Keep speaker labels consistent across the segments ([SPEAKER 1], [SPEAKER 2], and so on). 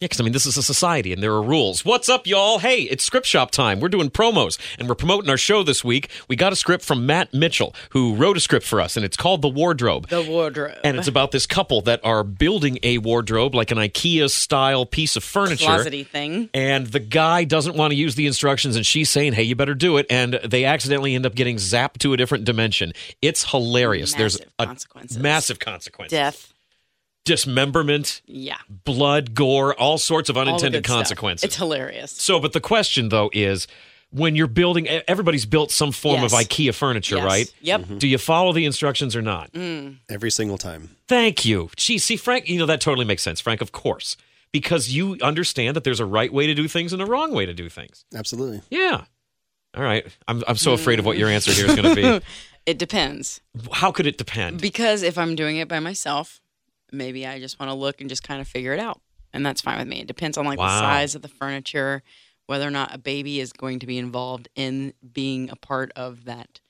[SPEAKER 1] Yeah, because I mean, this is a society and there are rules. What's up, y'all? Hey, it's script shop time. We're doing promos and we're promoting our show this week. We got a script from Matt Mitchell, who wrote a script for us, and it's called The Wardrobe.
[SPEAKER 2] The wardrobe.
[SPEAKER 1] And it's about this couple that are building a wardrobe, like an IKEA style piece of furniture.
[SPEAKER 2] closety thing.
[SPEAKER 1] And the guy doesn't want to use the instructions, and she's saying, "Hey, you better do it." And they accidentally end up getting zapped to a different dimension. It's hilarious. There's
[SPEAKER 2] Massive
[SPEAKER 1] a
[SPEAKER 2] consequences.
[SPEAKER 1] massive consequence,
[SPEAKER 2] Death.
[SPEAKER 1] dismemberment,
[SPEAKER 2] Yeah.
[SPEAKER 1] blood, gore, all sorts of
[SPEAKER 2] All the
[SPEAKER 1] unintended
[SPEAKER 2] good stuff.
[SPEAKER 1] consequences.
[SPEAKER 2] It's hilarious.
[SPEAKER 1] So, but the question though is when you're building, e- everybody's built some form of
[SPEAKER 2] Yes.
[SPEAKER 1] IKEA furniture,
[SPEAKER 2] Yes. Mm-hmm. Mm.
[SPEAKER 1] right? Mm-hmm.
[SPEAKER 2] Yep.
[SPEAKER 1] Do you follow the instructions or not?
[SPEAKER 3] every single time.
[SPEAKER 1] Thank you. Gee, see, Frank, you know, that totally makes sense, Frank, of course, because you understand that there's a right way to do things and a wrong way to do things.
[SPEAKER 3] Absolutely.
[SPEAKER 1] Yeah. All right. I'm, I'm so afraid of what your answer here is going to
[SPEAKER 2] It depends.
[SPEAKER 1] be. How could it depend?
[SPEAKER 2] Because if I'm doing it by myself, maybe I just want to look and just kind of figure it out. And that's fine with me. It depends on like
[SPEAKER 1] Wow.
[SPEAKER 2] the size of the furniture, whether or not a baby is going to be involved in being a part of that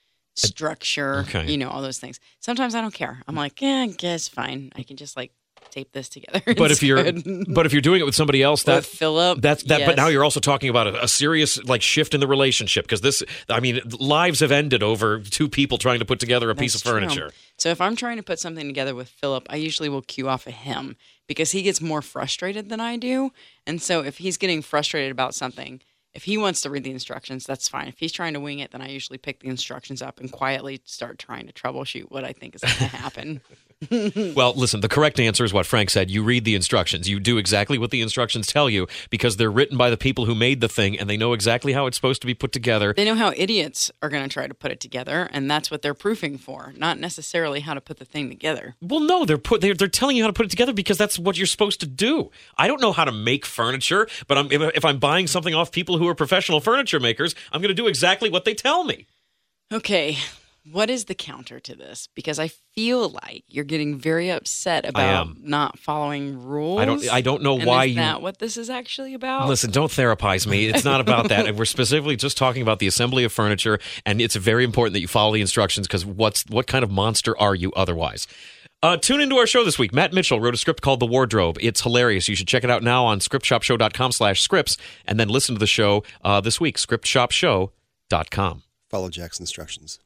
[SPEAKER 2] structure,
[SPEAKER 1] okay.
[SPEAKER 2] you know, all those things. Sometimes I don't care. I'm like, yeah, I guess fine. I can just like tape this together.
[SPEAKER 1] But if you're,
[SPEAKER 2] instead."
[SPEAKER 1] but if you're doing it with somebody else,
[SPEAKER 2] Or
[SPEAKER 1] that
[SPEAKER 2] fill up.
[SPEAKER 1] That's that. But now
[SPEAKER 2] Yes.
[SPEAKER 1] you're also talking about a, a serious like shift in the relationship because this. I mean, lives have ended over two people trying to put together a piece of
[SPEAKER 2] That's true.
[SPEAKER 1] furniture.
[SPEAKER 2] So if I'm trying to put something together with Philip, I usually will cue off of him because he gets more frustrated than I do. And so if he's getting frustrated about something, if he wants to read the instructions, that's fine. If he's trying to wing it, then I usually pick the instructions up and quietly start trying to troubleshoot what I think is going to happen.
[SPEAKER 1] Well, listen. The correct answer is what Frank said. You read the instructions. You do exactly what the instructions tell you because they're written by the people who made the thing and they know exactly how it's supposed to be put together.
[SPEAKER 2] they know how idiots are going to try to put it together, and that's what they're proofing for, not necessarily how to put the thing together.
[SPEAKER 1] Well, no, they're put. They're, they're telling you how to put it together because that's what you're supposed to do. I don't know how to make furniture, but I'm, if, if I'm buying something off people who are professional furniture makers, I'm going to do exactly what they tell me.
[SPEAKER 2] Okay, what is the counter to this? Because I feel like you're getting very upset about
[SPEAKER 1] am.
[SPEAKER 2] not following rules.
[SPEAKER 1] I don't. I don't know
[SPEAKER 2] And
[SPEAKER 1] why
[SPEAKER 2] is
[SPEAKER 1] you.
[SPEAKER 2] that what this is actually about?
[SPEAKER 1] Listen, don't therapize me. It's not about that. We're specifically just talking about the assembly of furniture, and it's very important that you follow the instructions because what's what kind of monster are you otherwise? Uh, tune into our show this week. Matt Mitchell wrote a script called The Wardrobe. It's hilarious. You should check it out now on scriptshopshow.com slash scripts and then listen to the show uh, this week, scriptshopshow.com.
[SPEAKER 3] Follow Jack's instructions.